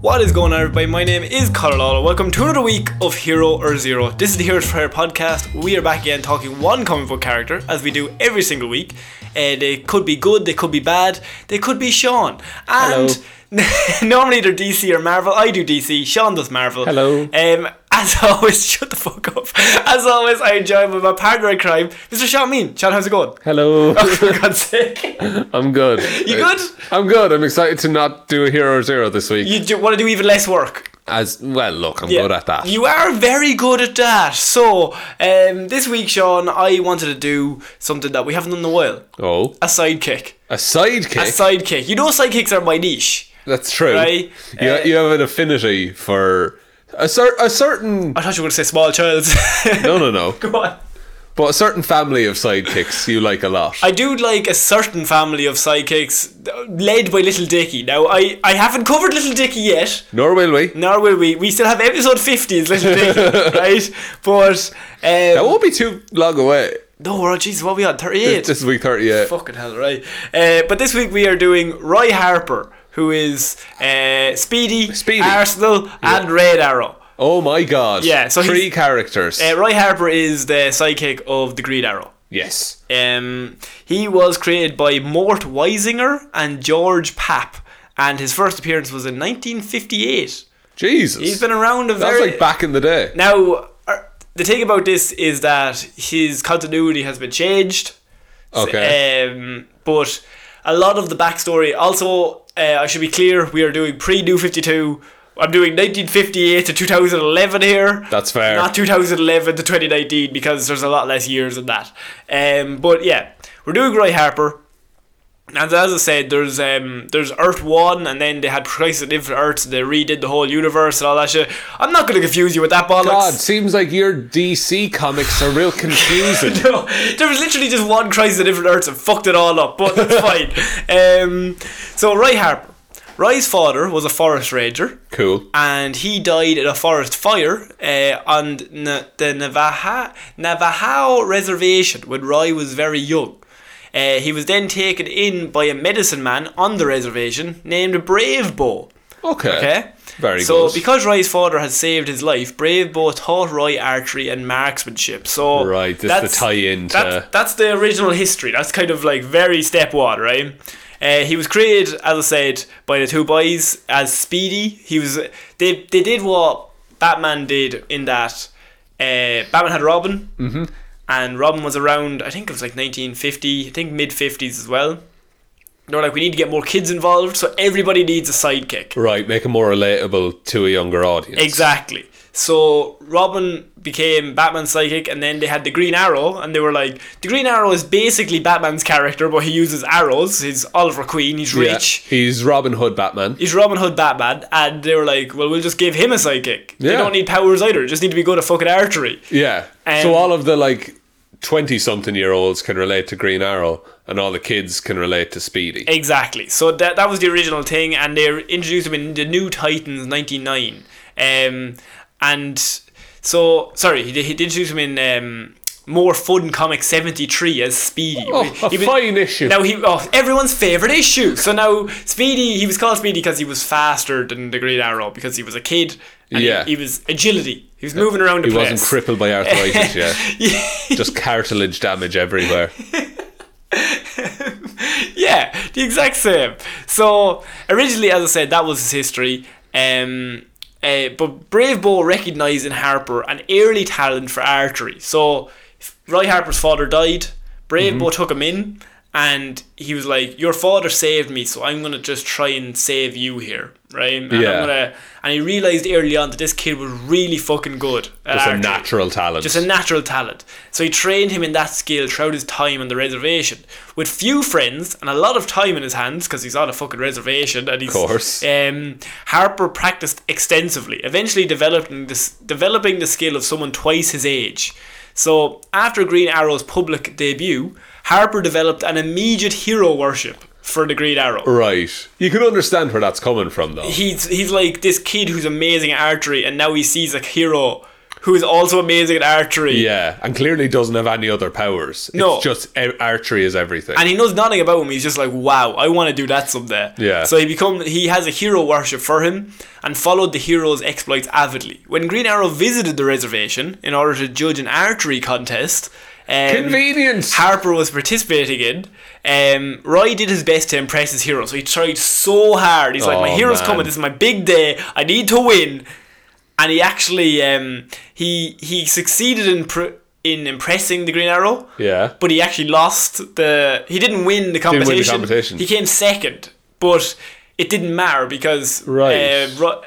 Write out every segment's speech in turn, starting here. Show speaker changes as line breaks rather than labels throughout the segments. What is going on, everybody? My name is Colorado. Welcome to another week of Hero or Zero. This is the Heroes for Hire podcast. We are back again talking one comic book character, as we do every single week. Uh, they could be good, they could be bad, they could be Sean. And normally they're DC or Marvel. I do DC, Sean does Marvel.
Hello.
Um, as always, shut the fuck up. As always, I enjoy with my partner in crime, Mr. Sean Mean. Sean, how's it going?
Hello.
For God's sake.
I'm good.
You
Uh,
good?
I'm good. I'm excited to not do a Hero Zero this week.
You want to do even less work.
As well, look, I'm
Yeah.
good at that.
You are very good at that. So, um, this week, Sean, I wanted to do something that we haven't done in a while
oh,
a sidekick.
a
A
sidekick.
sidekick. You know, sidekicks are my niche.
That's true.
Right?
You,
Uh,
you have an affinity for a, cer- a certain
I thought you were going to say small child.
no, no, no,
Go on.
but a certain family of sidekicks you like a lot.
I do like a certain family of sidekicks uh, led by Little Dicky. Now, I, I haven't covered Little Dicky yet.
Nor will we.
Nor will we. We still have episode 50 is Little Dicky, right? But,
That
um,
won't be too long away.
no, we're on, Jesus, what are we on? 38?
This is week thirty-eight.
Fucking hell, right? Uh, but this week we are doing Roy Harper, who is uh, Speedy,
Speedy.
Arsenal, and Red Arrow.
Oh my god!
Yeah, so
three
he's-
characters.
Uh, Roy Harper is the sidekick of the Green Arrow.
yes.
Um, he was created by Mort Weisinger and George Papp, and his first appearance was in 1958.
Jesus.
He's been around a
That's
very
like back in the day.
now. er, The thing about this is that his continuity has been changed.
Okay.
Um, but a lot of the backstory. Also, uh, I should be clear: we are doing pre New Fifty Two. I'm doing 1958 to 2011 here.
That's fair.
Not 2011 to 2019 because there's a lot less years than that. Um, but yeah, we're doing Roy Harper. And as I said, there's um, there's Earth One, and then they had Crisis on Infinite Earths. And they redid the whole universe and all that shit. I'm not gonna confuse you with that bollocks.
God, seems like your DC comics are real confusing.
No, there was literally just one Crisis on Infinite Earths and fucked it all up, but that's fine. Um, so, Roy Harper. Roy's father was a forest ranger,
cool.
and he died in a forest fire uh, on Na- the Navajo-, Navajo Reservation when Roy was very young. Uh, he was then taken in by a medicine man on the reservation named Brave Bow.
Okay.
Okay.
Very
so
good.
because Roy's father had saved his life, Brave Bow taught Roy archery and marksmanship. So
Right, this is the tie-in to-
that's, that's the original history. That's kind of like very step one, right? Uh, he was created, as I said, by the two boys as Speedy. He was they they did what Batman did in that uh, Batman had Robin, mm-hmm. and Robin was around. I think it was like 1950. I think mid 50s as well. They're like, we need to get more kids involved, so everybody needs a sidekick.
Right, make it more relatable to a younger audience.
Exactly. So Robin became Batman's psychic, and then they had the Green Arrow, and they were like, the Green Arrow is basically Batman's character, but he uses arrows. He's Oliver Queen. He's
Yeah.
rich.
He's Robin Hood Batman.
He's Robin Hood Batman, and they were like, well, we'll just give him a psychic. They
Yeah.
don't need powers either. Just need to be good at fucking archery.
Yeah.
Um,
so all of the like 20 something year olds can relate to Green Arrow and all the kids can relate to Speedy.
Exactly. So that that was the original thing, and they introduced him in the New Titans '99. Um, and so sorry, he, he introduced him in um, more fun comic '73 as Speedy.
Oh, a
He was-
fine issue.
Now he oh, everyone's favorite issue. So now Speedy, he was called Speedy because he was faster than the Green Arrow because he was a kid. And
Yeah.
He, he was agility. He was moving around the
he
place.
wasn't crippled by arthritis, yeah.
yeah.
Just cartilage damage everywhere.
yeah, the exact same. So originally, as I said, that was his history. Um, uh, but Brave Bow recognised in Harper an early talent for archery. So Roy Harper's father died. Brave
Mm-hmm.
Bow took him in, and he was like, "Your father saved me, so I'm gonna just try and save you here, right?" And I'm
Yeah.
gonna- and he realised early on that this kid was really fucking good. At
Just a
archery.
natural talent.
Just a natural talent. So he trained him in that skill throughout his time on the reservation. With few friends and a lot of time in his hands, because he's on a fucking reservation and he's
Course.
Um, Harper practiced extensively, eventually developing this developing the skill of someone twice his age. So after Green Arrow's public debut, Harper developed an immediate hero worship for the Green Arrow
right. You can understand where that's coming from though.
he's he's like this kid who's amazing at archery, and now he sees a hero who is also amazing at archery.
Yeah, and clearly doesn't have any other powers.
No.
It's just e- archery is everything.
And he knows nothing about him. He's just like, wow, I want to do that someday.
Yeah.
So he become he has a hero worship for him and followed the hero's exploits avidly. When Green Arrow visited the reservation in order to judge an archery contest, um,
Convenience!
Harper was participating in. Um, Roy did his best to impress his hero, so he tried so hard. He's like, my
Oh,
hero's
man.
coming. This is my big day. I need to win. And he actually um, he he succeeded in pr- in impressing the Green Arrow
yeah.
but he actually lost the he didn't win the
win the
competition,
competition.
he came second but it didn't matter because
Right.
uh, Ro-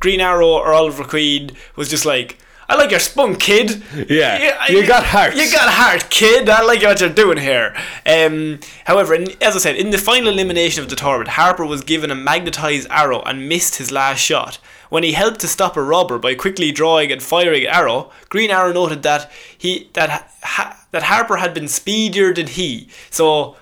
green arrow or oliver queen was just like I like your spunk, kid.
Yeah,
I-
you got heart."
You got heart, kid. I like what you're doing here. Um, however, in, as I said, in the final elimination of the tournament, Harper was given a magnetized arrow and missed his last shot. When he helped to stop a robber by quickly drawing and firing an arrow, Green Arrow noted that he that ha, that Harper had been speedier than he. So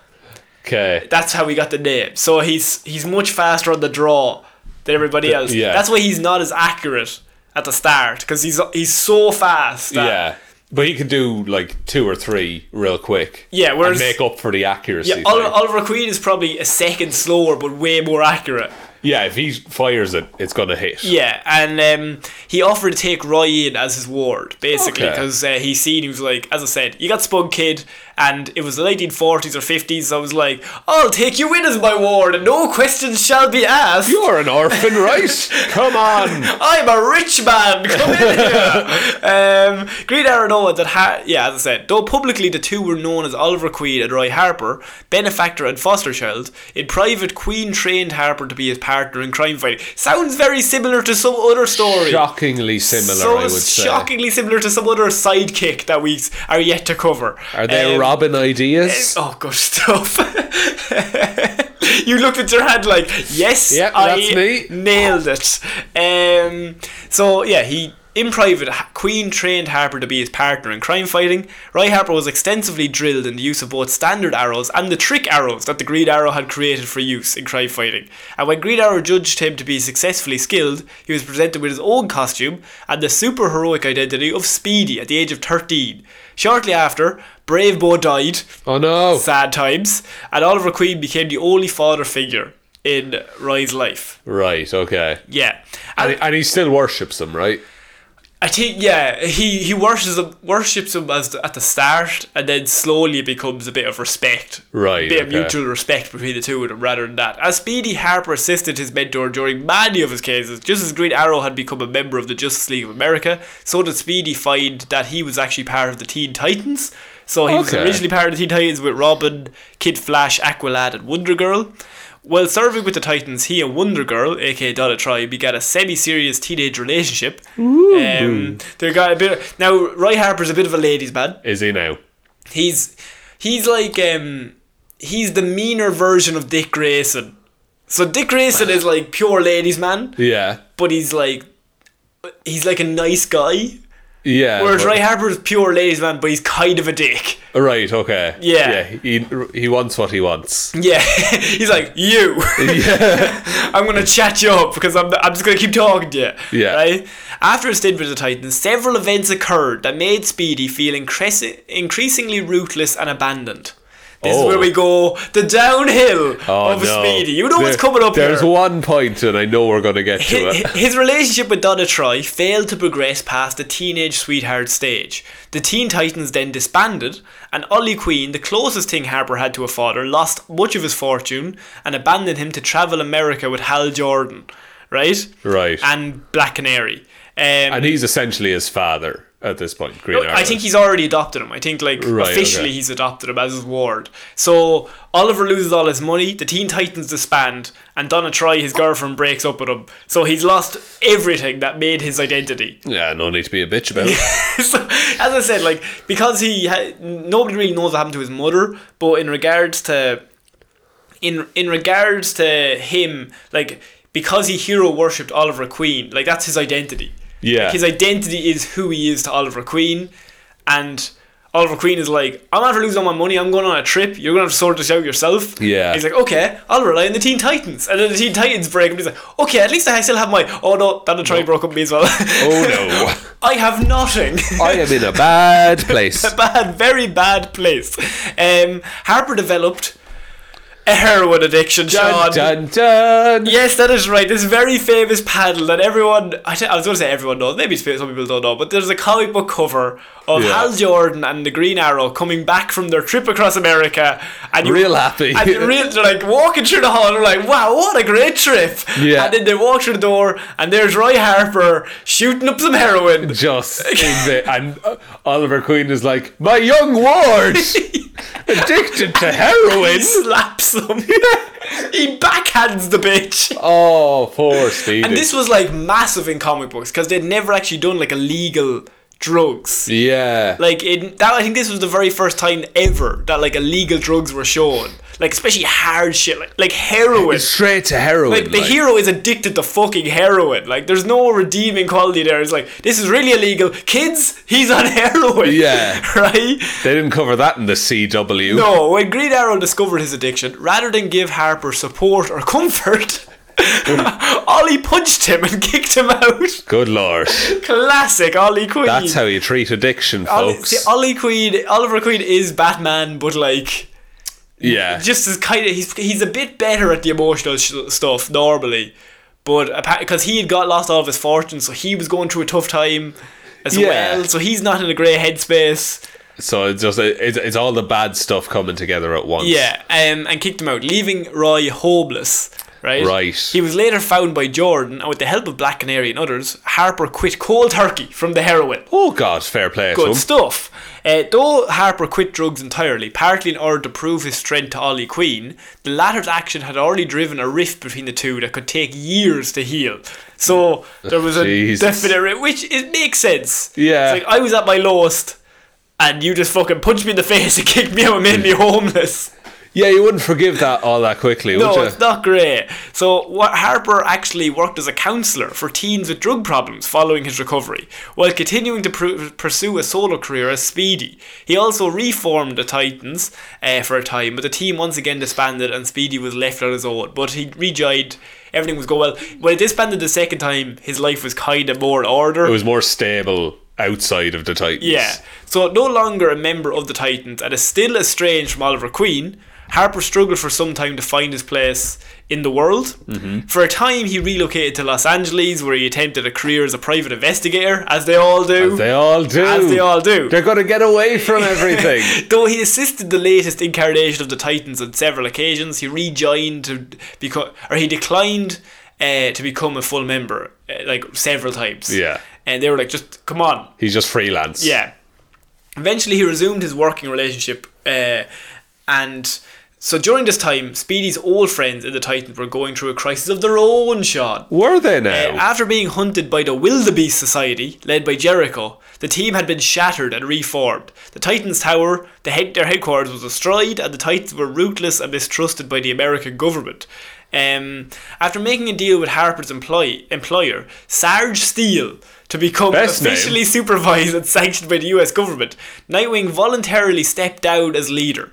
Okay.
that's how we got the name. So he's he's much faster on the draw than everybody else.
yeah.
That's why he's not as accurate at the start because he's he's so fast. that-
Yeah. But he could do like two or three real quick.
Yeah, whereas-
and make up for the accuracy.
Yeah,
Yeah,
Ol- Oliver Queen is probably a second slower, but way more accurate.
yeah, if he fires it, it's gonna hit.
Yeah, and um, he offered to take Roy in as his ward, basically,
Okay.
because uh, he seen he was like, as I said, you got Spunk Kid, and it was the 1940s or 50s. So I was like, I'll take you in as my ward, and no questions shall be asked.
You're an orphan, right? Come on.
I'm a rich man. Come in here. um, Green Arrow noted that, Har- yeah, as I said, though publicly the two were known as Oliver Queen and Roy Harper, benefactor and foster child, in private Queen trained Harper to be his partner in crime fighting. Sounds very similar to some other story.
Shockingly similar,
so
I would say.
shockingly similar to some other sidekick that we s- are yet to cover.
Are they
Um,
robbing ideas?
Oh, good stuff. you looked at your hand like, yes,
Yep,
I
that's me.
nailed it. Um, so, yeah, he. In private, Ha- Queen trained Harper to be his partner in crime fighting. Roy Harper was extensively drilled in the use of both standard arrows and the trick arrows that the Green Arrow had created for use in crime fighting. And when Green Arrow judged him to be successfully skilled, he was presented with his own costume and the super heroic identity of Speedy at the age of 13. Shortly after, Brave Bo died
Oh, no.
sad times, and Oliver Queen became the only father figure in Roy's life.
Right, okay.
Yeah,
And,
and
and he still worships them, right?
I think yeah he he worships him, worships him as the, at the start, and then slowly it becomes a bit of respect,
Right,
A bit of
okay.
mutual respect between the two of them, rather than that. As Speedy Harper assisted his mentor during many of his cases, just as Green Arrow had become a member of the Justice League of America, so did Speedy find that he was actually part of the Teen Titans. So he was
Okay.
originally part of the Teen Titans with Robin, Kid Flash, Aqualad, and Wonder Girl. While serving with the Titans, he and Wonder Girl, aka Donna Troy, began a semi-serious teenage relationship. Um, they got a bit. Now Roy Harper's a bit of a ladies' man.
Is he now?
He's he's like um he's the meaner version of Dick Grayson. So Dick Grayson is like pure ladies' man,
Yeah.
but he's like he's like a nice guy.
Yeah.
Whereas
but-
Roy Harper is pure ladies' man, but he's kind of a dick.
Right, okay.
Yeah.
Yeah, he, he wants what he wants.
Yeah, he's like you. I'm gonna chat you up because I'm, I'm just gonna keep talking to you.
Yeah.
Right. After his stint with the Titans, several events occurred that made Speedy feel incres- increasingly rootless and abandoned. This is
Oh.
where we go the downhill
Oh,
of
no.
Speedy. You know what's
There-
coming up
There's
here.
one point, and I know we're going to get to
Hi-
it.
hi- His relationship with Donna Troy failed to progress past the teenage sweetheart stage. The Teen Titans then disbanded, and Ollie Queen, the closest thing Harper had to a father, lost much of his fortune and abandoned him to travel America with Hal Jordan, right?
Right.
And Black Canary. Um,
And he's essentially his father at this point, Green Arrow.
I think he's already adopted him. I think like
Right,
officially
okay.
he's adopted him as his ward. So Oliver loses all his money. The Teen Titans disband, and Donna Troy, his girlfriend, breaks up with him. So he's lost everything that made his identity.
Yeah, no need to be a bitch about it.
so as I said, like because he ha- nobody really knows what happened to his mother, but in regards to in in regards to him, like because he hero worshipped Oliver Queen, like that's his identity.
Yeah.
Like, his identity is who he is to Oliver Queen, and Oliver Queen is like, I'm not for losing all my money. I'm going on a trip. You're going to have to sort this out yourself.
Yeah.
He's like, okay, I'll rely on the Teen Titans. And then the Teen Titans break up. He's like, okay, at least I still have my. Oh no, that try broke up me as well.
Oh, no.
I have nothing.
I am in a bad place.
a bad, very bad place. Um, Harper developed a heroin addiction, Sean.
Dun, dun, dun.
Yes, that is right. This very famous paddle that everyone, I, t- I was going to say everyone knows, maybe it's, some people don't know, but there's a comic book cover of
Yeah.
Hal Jordan and the Green Arrow coming back from their trip across America. and you-
Real happy.
And they're, real, they're like walking through the hall, they're like, wow, what a great trip.
Yeah.
And then they walk through the door, and there's Roy Harper shooting up some heroin.
Just in the, and uh, Oliver Queen is like, my young ward, addicted to
He
heroin.
slaps them. he backhands the bitch.
Oh, poor Stevie.
And this was like massive in comic books because they'd never actually done like illegal drugs.
yeah,
Like in that, I think this was the very first time ever that like illegal drugs were shown. Like especially hard shit, like like heroin.
straight to heroin.
Like the
like.
hero is addicted to fucking heroin. Like there's no redeeming quality there. It's like this is really illegal. Kids, he's on heroin.
Yeah.
right.
They didn't cover that in the CW.
No, when Green Arrow discovered his addiction, rather than give Harper support or comfort, Ollie punched him and kicked him out.
Good lord.
Classic Ollie Queen.
That's how you treat addiction,
Ollie,
folks.
see, Ollie Queen, Oliver Queen is Batman, but like
yeah.
just as kind of he's he's a bit better at the emotional sh- stuff normally, but because he had got lost all of his fortune, so he was going through a tough time as
Yeah.
well. So he's not in a great headspace.
so it's just it's, it's all the bad stuff coming together at once.
Yeah, um, and kicked him out, leaving Roy homeless. Right.
Right.
He was later found by Jordan, and with the help of Black Canary and others, Harper quit cold turkey from the heroin.
Oh God, fair play to
Good
him.
stuff. Uh, though Harper quit drugs entirely, partly in order to prove his strength to Ollie Queen, the latter's action had already driven a rift between the two that could take years to heal. So there was a
Jesus.
definite rift, which it makes sense.
Yeah.
It's like I was at my lowest, and you just fucking punched me in the face and kicked me out and made me homeless.
Yeah, you wouldn't forgive that all that quickly, would
No,
you?
it's not great. So, what Harper actually worked as a counsellor for teens with drug problems following his recovery, while continuing to pr- pursue a solo career as Speedy. He also reformed the Titans uh, for a time, but the team once again disbanded and Speedy was left on his own. But he rejoined, everything was going well. When it disbanded the second time, his life was kind of more in order.
It was more stable outside of the Titans.
Yeah. So no longer a member of the Titans and is still estranged from Oliver Queen, Harper struggled for some time to find his place in the world.
Mm-hmm.
For a time, he relocated to Los Angeles, where he attempted a career as a private investigator, as they all do.
They all do.
As they all do.
They're going to get away from everything.
Though he assisted the latest incarnation of the Titans on several occasions, he rejoined to become, or he declined uh, to become a full member, uh, like several times.
Yeah.
And they were like, just come on,
He's just freelance.
Yeah. Eventually, he resumed his working relationship, uh, and so during this time, Speedy's old friends in the Titans were going through a crisis of their own. Sean.
Were they
Uh,
now?
after being hunted by the Wildebeest Society, led by Jericho, the team had been shattered and reformed. The Titans Tower, the head, their headquarters, was destroyed, and the Titans were ruthless and mistrusted by the American government. Um, after making a deal with Harper's employ, employer, Sarge Steele, to become
Best name.
officially supervised and sanctioned by the US government, Nightwing voluntarily stepped down as leader.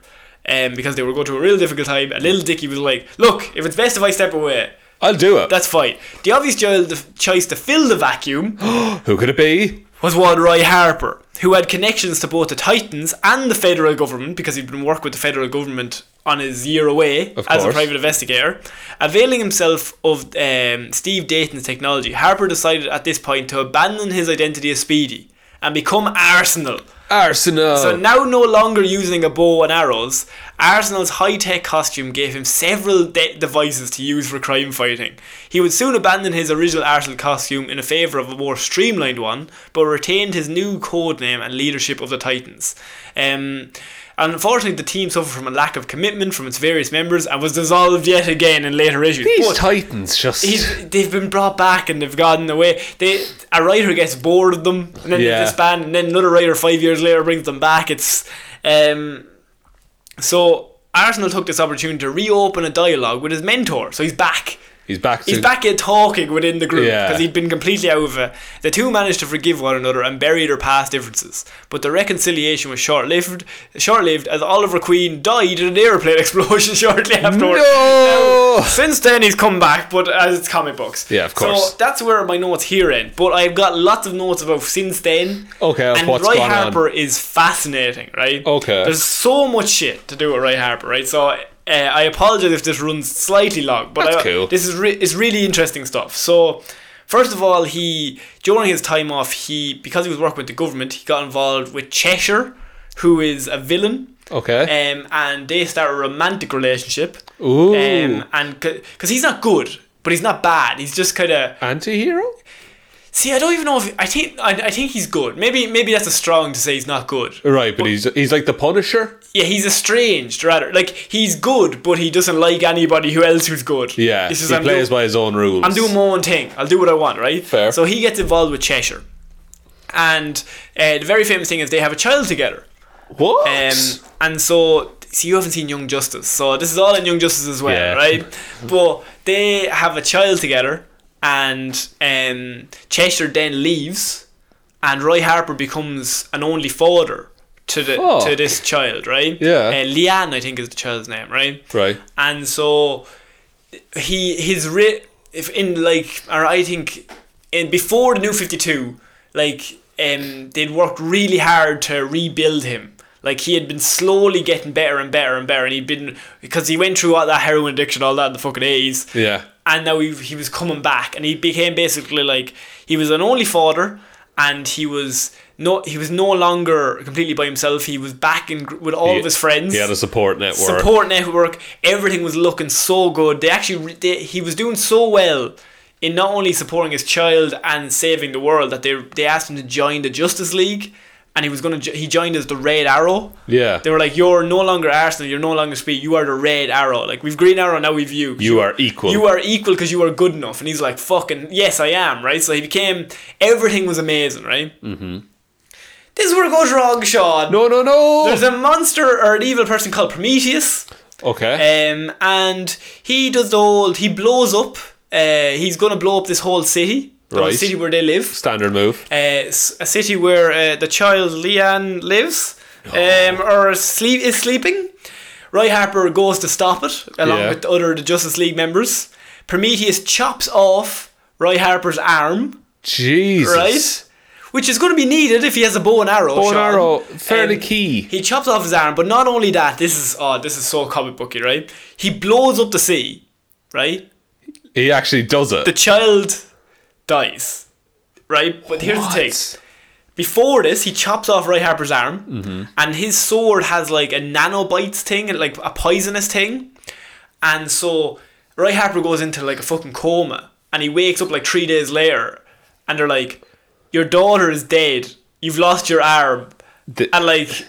Um, because they were going through a real difficult time, and little Dicky was like, "Look, if it's best if I step away,
I'll do it.
that's fine. The obvious jo- the f- choice to fill the vacuum
Who could it be?
was one Roy Harper, who had connections to both the Titans and the federal government because he'd been working with the federal government on his year away
Of
as a
course.
private investigator. Availing himself of um, Steve Dayton's technology, Harper decided at this point to abandon his identity as Speedy and become Arsenal.
Arsenal.
So now, no longer using a bow and arrows, Arsenal's high tech costume gave him several de- devices to use for crime fighting. He would soon abandon his original Arsenal costume in favour of a more streamlined one, but retained his new code name and leadership of the Titans. Um, and unfortunately, the team suffered from a lack of commitment from its various members and was dissolved yet again in later issues.
These
But-
Titans just.
He's, they've been brought back and they've gotten away. They a writer gets bored of them and then
Yeah.
they disband, and then another writer five years later brings them back. It's um, so Arsenal took this opportunity to reopen a dialogue with his mentor. So he's back.
He's back. To,
He's back in talking within the group
Yeah.
because he'd been completely out of it. The two managed to forgive one another and bury their past differences, but the reconciliation was short-lived. Short-lived, as Oliver Queen died in an airplane explosion shortly afterward.
No!
Since then, he's come back, but as it's comic books.
Yeah, of
So
course.
that's where my notes here end. But I've got lots of notes about since then.
Okay, of
and
what's
Roy
gone on.
Harper is fascinating, right?
Okay.
There's so much shit to do with Roy Harper, right? So. Uh, I apologize if this runs slightly long, but
That's
I-
cool.
this is re- it's really interesting stuff. So, first of all, he during his time off, he because he was working with the government, he got involved with Cheshire, who is a villain.
Okay.
Um, and they start a romantic relationship.
Ooh.
Um, and because he's not good, but he's not bad. He's just kind of
Anti-hero?
see. I don't even know if I think I, I think he's good. Maybe maybe that's a strong to say he's not good.
Right, but he's he's like the Punisher.
Yeah, he's estranged rather. Like he's good, but he doesn't like anybody who else who's good.
Yeah,
This is
he
I'm
plays
doing-
by his own rules.
I'm doing my own thing. I'll do what I want, right?
Fair.
So he gets involved with Cheshire, and uh, the very famous thing is they have a child together.
what?
Um, and so, see, you haven't seen Young Justice, so this is all in Young Justice as well,
Yeah.
right? But they have a child together, and um, Cheshire then leaves, and Roy Harper becomes an only father to the to
Fuck.
this child, right?
Yeah.
Uh, Leanne, I think, is the child's name, right?
right.
and so he his rate if in like or I think in before the new 52 like um they'd worked really hard to rebuild him like he had been slowly getting better and better and better and he'd been because he went through all that heroin addiction all that in the fucking 80s
Yeah.
and now he, he was coming back and he became basically like he was an only father and he was no he was no longer completely by himself he was back in gr- with all of his friends
He had a support network.
support network. Everything was looking so good. They actually re- they, he was doing so well in not only supporting his child and saving the world that they they asked him to join the Justice League, and he was gonna jo- he joined as the Red Arrow.
Yeah.
They were like, "You're no longer Arsenal. You're no longer Speed. You are the Red Arrow. Like we've Green Arrow now. We've you.
You are equal.
You are equal because you are good enough." And he's like, "Fucking yes, I am." Right. So he became. Everything was amazing. Right. Mm-hmm. This is where it goes wrong, Sean.
no, no, no.
There's a monster or an evil person called Prometheus.
okay.
Um, and he does the whole. He blows up. Uh, he's gonna blow up this whole city, the whole
Right.
city where they live.
Standard move.
Uh, s- a city where uh, the child Leanne lives, um,
Oh.
or sleep is sleeping. Roy Harper goes to stop it along
Yeah.
with the other the Justice League members. Prometheus chops off Roy Harper's arm,
Jesus.
right? Which is going to be needed if he has a bow and arrow.
Bow and
Sean.
arrow, fairly
Um,
key.
He chops off his arm, but not only that. This is oh, this is so comic booky, right? He blows up the sea, right?
He actually does it.
The child dies, right? But here's the thing:
What?
before this, he chops off Roy Harper's arm,
Mm-hmm.
and his sword has like a nanobites thing, like a poisonous thing, and so Roy Harper goes into like a fucking coma, and he wakes up like three days later, and they're like, "Your daughter is dead. You've lost your arm,"
The-
and like.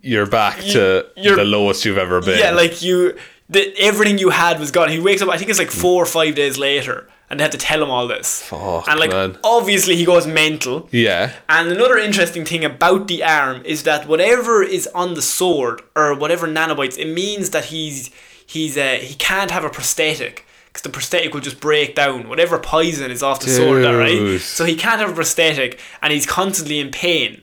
You're back to
you're-
the lowest you've ever been.
Yeah, like you, the, everything you had was gone. He wakes up. I think it's
Hmm.
like four or five days later, and they had to tell him all this.
Fuck,
and like
man.
obviously he goes mental.
yeah.
And another interesting thing about the arm is that whatever is on the sword or whatever nanobites, it means that he's he's uh, he can't have a prosthetic because the prosthetic will just break down. Whatever poison is off the sword, that, right?
Dude.
So he can't have a prosthetic, and he's constantly in pain.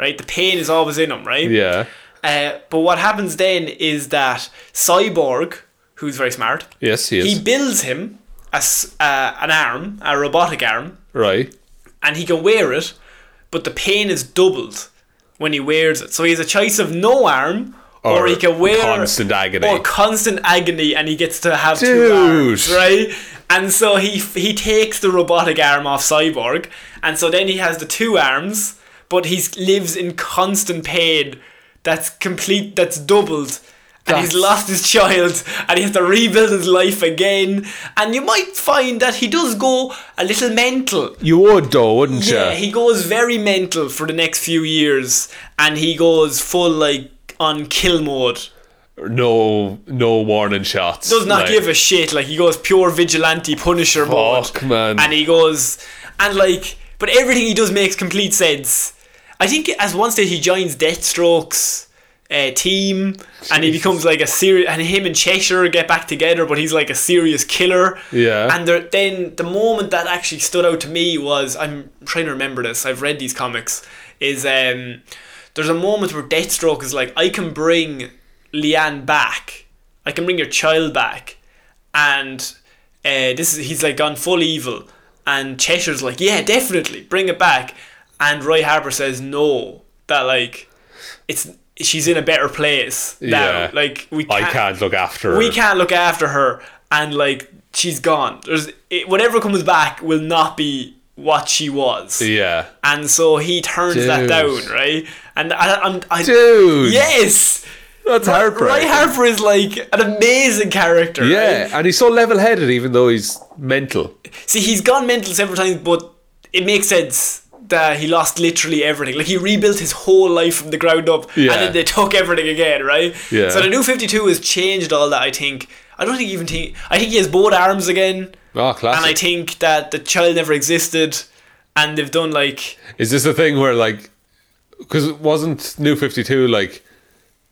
Right, the pain is always in him. Right.
Yeah.
Uh, but what happens then is that Cyborg, who's very smart,
Yes, he is.
he builds him a, s- uh, an arm, a robotic arm,
right.
and he can wear it, but the pain is doubled when he wears it. So he has a choice of no arm, or,
Or
he can wear
constant agony.
or constant agony, and he gets to have two
Dude.
arms, right? And so he he takes the robotic arm off Cyborg, and so then he has the two arms, but he lives in constant pain. That's complete. That's doubled. And he's
That's-
lost his child, and he has to rebuild his life again. And you might find that he does go a little mental
You would though, wouldn't
yeah,
you?
he goes very mental for the next few years, and he goes full like on kill mode.
no, no warning shots.
Does not
like,
give a shit. Like he goes pure vigilante Punisher mode,
Fuck, man.
and he goes and like, but everything he does makes complete sense. I think as one stage he joins Deathstrokes. uh, team, and he becomes like a serious. And him and Cheshire get back together, but he's like a serious killer.
Yeah.
And there, then the moment that actually stood out to me was I'm trying to remember this. I've read these comics. Is um, there's a moment where Deathstroke is like, I can bring Leanne back. I can bring your child back, and uh, this is he's like gone full evil. And Cheshire's like, yeah, definitely, bring it back. And Roy Harper says no. That like, it's she's in a better place now.
Yeah.
Like we
I can't look after her.
we can't look after her and like she's gone there's it, whatever comes back will not be what she was
Yeah.
and so he turns that
Dude.
down right and I, I'm I,
Dude.
yes
That's
Roy
heartbreaking.
Harper is like an amazing character
Yeah,
right?
and he's so level headed even though he's mental.
see he's gone mental several times but it makes sense that he lost literally everything like he rebuilt his whole life from the ground up
Yeah.
and then they took everything again right
Yeah.
so the new 52 has changed all that I think I don't think even think I think he has both arms again and
Oh,
I
classic.
think that the child never existed, and they've done like
Is this the thing where, like, because it wasn't New 52, like,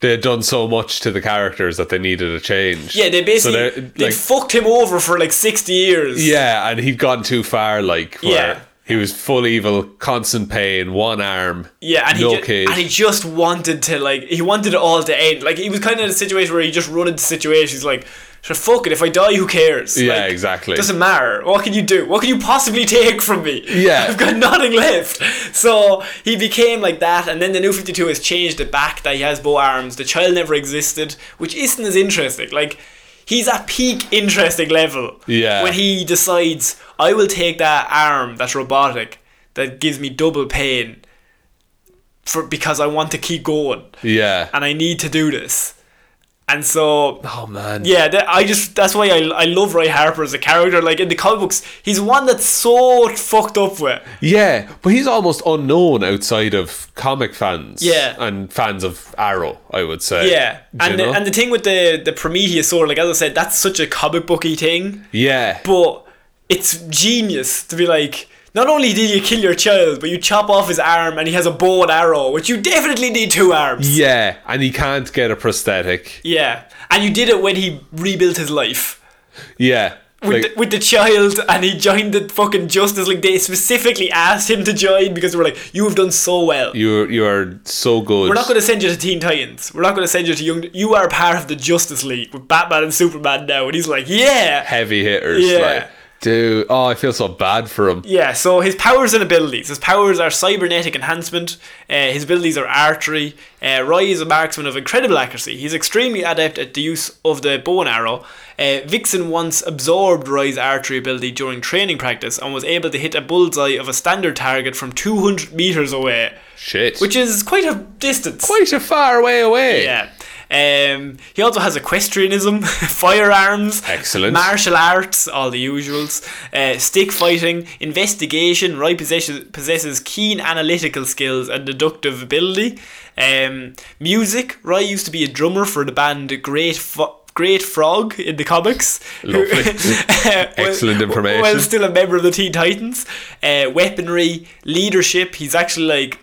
they had done so much to the characters that they needed a change.
yeah, they basically
So
they
they like,
fucked him over for like sixty years.
yeah, and he'd gone too far, like, where
Yeah.
he was full evil, constant pain, one arm.
yeah, and he
no
ju-
cage.
and he just wanted to like he wanted it all to end. Like he was kind of in a situation where he just run into situations like. Sure, fuck it. If I die, who cares?
Yeah,
Like,
exactly.
Doesn't matter. What can you do? What can you possibly take from me?
Yeah.
I've got nothing left. So he became like that, and then the new Fifty Two has changed it back that he has bow arms. The child never existed, which isn't as interesting. Like he's at peak interesting level.
Yeah.
When he decides, I will take that arm that's robotic that gives me double pain for because I want to keep going
yeah.
and I need to do this. And so
oh, man.
yeah, that, I just that's why I, I love Roy Harper as a character. Like in the comic books, he's one that's so fucked up with.
Yeah, but he's almost unknown outside of comic fans.
Yeah.
And fans of Arrow, I would say.
Yeah,
Do you
and the,
know?
and the thing with the the Prometheus sword, like as I said, that's such a comic booky thing,
yeah.
but it's genius to be like. Not only did you kill your child, but you chop off his arm and he has a bow and arrow, which you definitely need two arms.
yeah, and he can't get a prosthetic.
Yeah, and you did it when he rebuilt his life.
Yeah.
with,
Like,
the, with the child and he joined the fucking Justice League. They specifically asked him to join because they were like, you have done so well.
you're you are so good.
We're not going to send you to Teen Titans. We're not going to send you to Young. You are part of the Justice League with Batman and Superman now. And he's like, yeah.
heavy hitters.
Yeah.
Like, dude, oh, I feel so bad for him.
Yeah, so his powers and abilities. His powers are cybernetic enhancement. Uh, his abilities are archery. Uh, Roy is a marksman of incredible accuracy. He's extremely adept at the use of the bow and arrow. Uh, Vixen once absorbed Roy's archery ability during training practice and was able to hit a bullseye of a standard target from 200 meters away,
Shit.
which is quite a distance.
quite a far way away.
Yeah. Um, he also has equestrianism, firearms,
Excellent.
martial arts, all the usuals, uh, stick fighting, investigation. Roy possesses, possesses keen analytical skills and deductive ability. Um, music. Roy used to be a drummer for the band Great Fo- Great Frog in the comics. Uh, who-
Lovely.
Well-
Excellent information.
Well, still a member of the Teen Titans. Uh, weaponry, leadership. He's actually like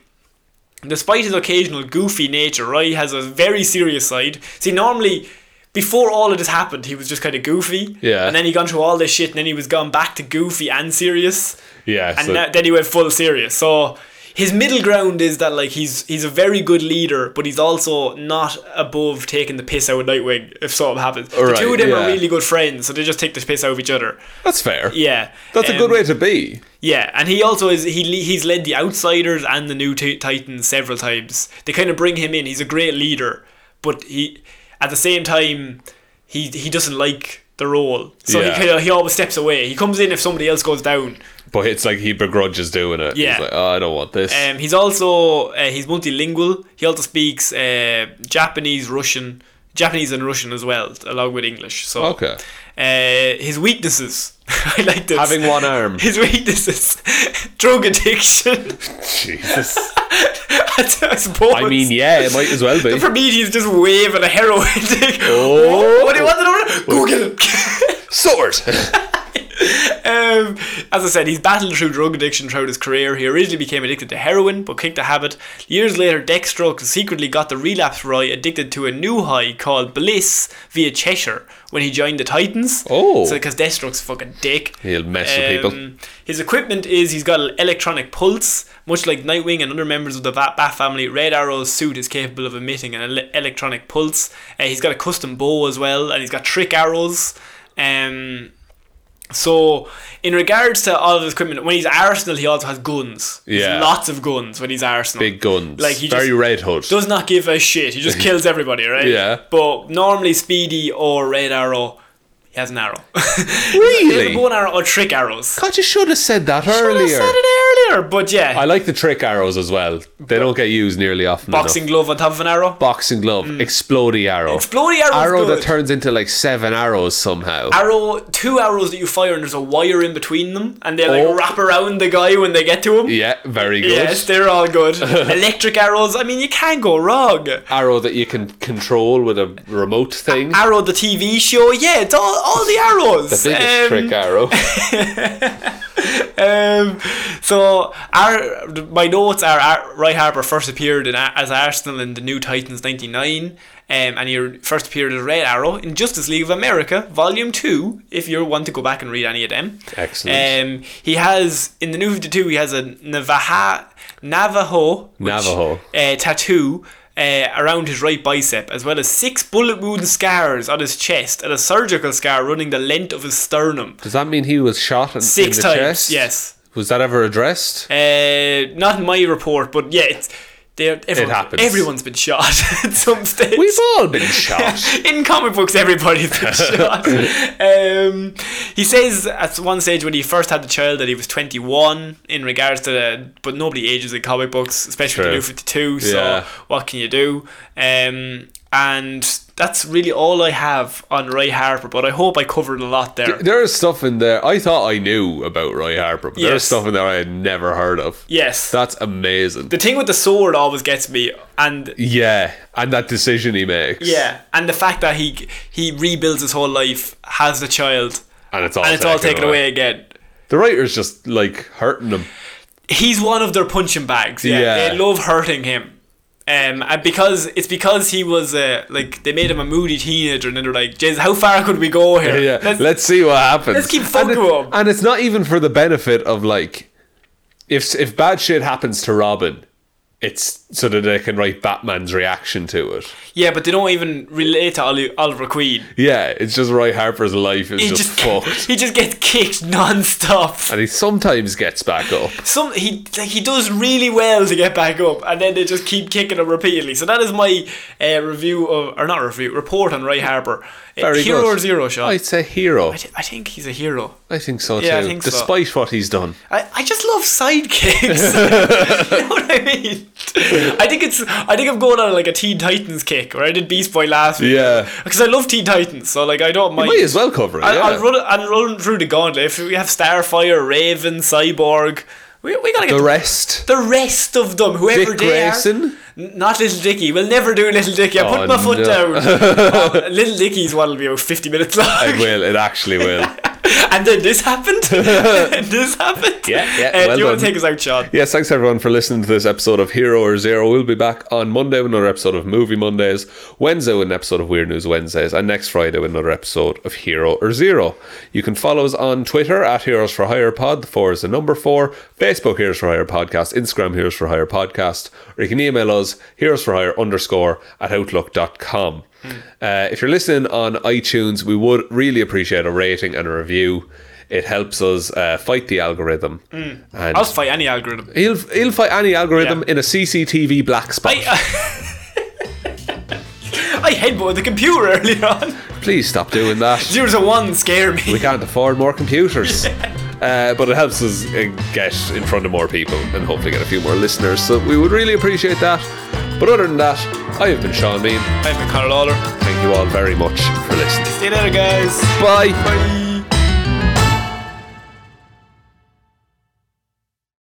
despite his occasional goofy nature, Roy has a very serious side. See, normally, before all of this happened, he was just kind of goofy.
Yeah.
And then he gone through all this shit, and then he was gone back to goofy and serious.
Yeah,
And
so-
now- then he went full serious. So his middle ground is that like he's he's a very good leader, but he's also not above taking the piss out of Nightwing if something happens. the
Alright,
two of them are
yeah.
really good friends, so they just take the piss out of each other.
That's fair.
Yeah.
That's a
Um,
good way to be.
yeah, and he also is he le- he's led the Outsiders and the New Ti- Titans several times. They kind of bring him in. He's a great leader, but he at the same time he he doesn't like the role, so
Yeah.
he kind of he always steps away. He comes in if somebody else goes down.
But it's like he begrudges doing it.
Yeah.
He's like, oh, I don't want this.
Um, he's also uh, he's multilingual. He also speaks uh, Japanese, Russian, Japanese and Russian as well, along with English. So
Okay.
uh, his weaknesses. I like this.
Having one arm.
His weaknesses: drug addiction.
Jesus.
I suppose.
I mean, yeah, it might as well
The
be.
Prometheus just waving a heroin thing.
Oh.
What do you want to know? Google it.
Sword.
um, as I said, he's battled through drug addiction throughout his career. He originally became addicted to heroin, but kicked the habit. Years later, Deathstroke secretly got the relapse right, addicted to a new high called Bliss via Cheshire when he joined the Titans.
Oh.
So, because Deathstroke's a fucking dick.
He'll mess with
Um,
people.
His equipment is he's got an electronic pulse, much like Nightwing and other members of the Bat, Bat family. Red Arrow's suit is capable of emitting an ele- electronic pulse. Uh, he's got a custom bow as well, and he's got trick arrows. Um, so, in regards to all of his equipment, when he's Arsenal, he also has guns. He's
Yeah.
lots of guns when he's Arsenal.
Big guns.
Like he
Very
just
Red Hood.
does not give a shit. He just kills everybody, right?
Yeah.
But normally, Speedy or Red Arrow, he has an arrow.
Really?
Bow and arrow or trick arrows.
God, you should have said that
I
earlier.
said it earlier, but yeah,
I like the trick arrows as well. They don't get used nearly often.
boxing
Enough.
glove on top of an arrow.
Boxing glove. Explodey arrow.
Exploding arrow.
arrow
good.
that turns into like seven arrows somehow.
arrow, two arrows that you fire, and there's a wire in between them, and they like
Oh.
wrap around the guy when they get to him.
yeah, very good.
Yes, they're all good. Electric arrows. I mean, you can't go wrong.
arrow that you can control with a remote thing.
Arrow, the TV show. Yeah, it's all all the arrows.
the biggest
Um,
trick arrow.
Um, so our my notes are our, Roy Harper first appeared in, as Arsenal in the New Titans '99, um, and he first appeared as Red Arrow in Justice League of America Volume Two. If you want to go back and read any of them,
Excellent.
Um, he has in the New Fifty Two. He has a Navajo Navajo which,
Navajo.
uh, tattoo. Uh, around his right bicep, as well as six bullet wound scars on his chest and a surgical scar running the length of his sternum.
Does that mean he was shot in,
Six
in the
times,
chest?
yes.
Was that ever addressed?
Uh, not in my report, but yeah, it's there. Everyone,
happens.
Everyone's been shot at some stage.
We've all been shot.
in comic books, everybody's been shot. Um, he says at one stage when he first had the child that he was 21 in regards to the, but nobody ages in comic books, especially the
True.
new 52. So
Yeah.
what can you do? Um, and that's really all I have on Ray Harper, but I hope I covered a lot there.
there is stuff in there. I thought I knew about Roy Harper, but there is
Yes.
stuff in there I had never heard of.
yes.
That's amazing.
the thing with the sword always gets me, and
yeah, and that decision he makes.
Yeah, and the fact that he he rebuilds his whole life, has the child,
And it's all,
and it's all taken away. again.
The writer's just like hurting him.
He's one of their punching bags. Yeah,
Yeah.
they love hurting him. Um, and because it's because he was uh, like they made him a moody teenager, and then they're like, "Jesus, how far could we go here?
Yeah, let's,
Let's-
see what happens.
let's keep
and,
fucking with 'em.
and it's not even for the benefit of like, if if bad shit happens to Robin, it's so that they can write Batman's reaction to it.
yeah, but they don't even relate to Oli- Oliver Queen.
Yeah, it's just Roy Harper's life is
He
just,
just
fucked,
he just gets kicked non-stop.
and he sometimes gets back up.
some he like he does really well to get back up, and then they just keep kicking him repeatedly. So that is my uh, review of or not review report on Ray Harper. Uh,
Very
hero
good.
or zero shot? I
I'd say hero.
thi- I think he's a hero.
I think so
Yeah, I
too.
think so.
Despite what he's done,
I, I just love sidekicks. you know what I mean? I think it's I think I'm going on like a Teen Titans kick where I did Beast Boy last week.
Yeah.
because I love Teen Titans, so like I don't mind.
might as well cover it.
I,
yeah.
I'll run it- I'll run through the gauntlet. If we have Starfire, Raven, Cyborg, we, we gotta get
the
the-
rest.
the rest of them, whoever
Dick
they
Grayson?
are. N- Not Little Dicky. We'll never do Little Dicky. I
Oh,
put my foot
no.
down. Um, Little Dicky's one will be about 50 minutes long.
It will. It actually will.
and then this happened. and this happened.
Yeah, yeah,
Uh,
well
do you want to
done.
take us out, Sean?
Yes, thanks everyone for listening to this episode of Hero or Zero. We'll be back on Monday with another episode of Movie Mondays, Wednesday with an episode of Weird News Wednesdays, and next Friday with another episode of Hero or Zero. You can follow us on Twitter at Heroes for Hire Pod, the four is the number four, Facebook Heroes for Hire Podcast, Instagram Heroes for Hire Podcast, or you can email us Heroes for Hire underscore at outlook.com. Uh, if you're listening on iTunes, we would really appreciate a rating and a review. It helps us uh, fight the algorithm. And
I'll fight any algorithm.
He'll he'll fight any algorithm
Yeah.
in a CCTV black spot.
I, uh, I headbutted the computer earlier on.
Please stop doing that.
Zeros and ones scare
we
me.
can't afford more computers. Uh, but it helps us uh, get in front of more people and hopefully get a few more listeners. So we would really appreciate that. But other than that, I have been Sean Bean.
I've been Carl Lawler.
Thank you all very much for listening.
See you later, guys.
Bye.
Bye.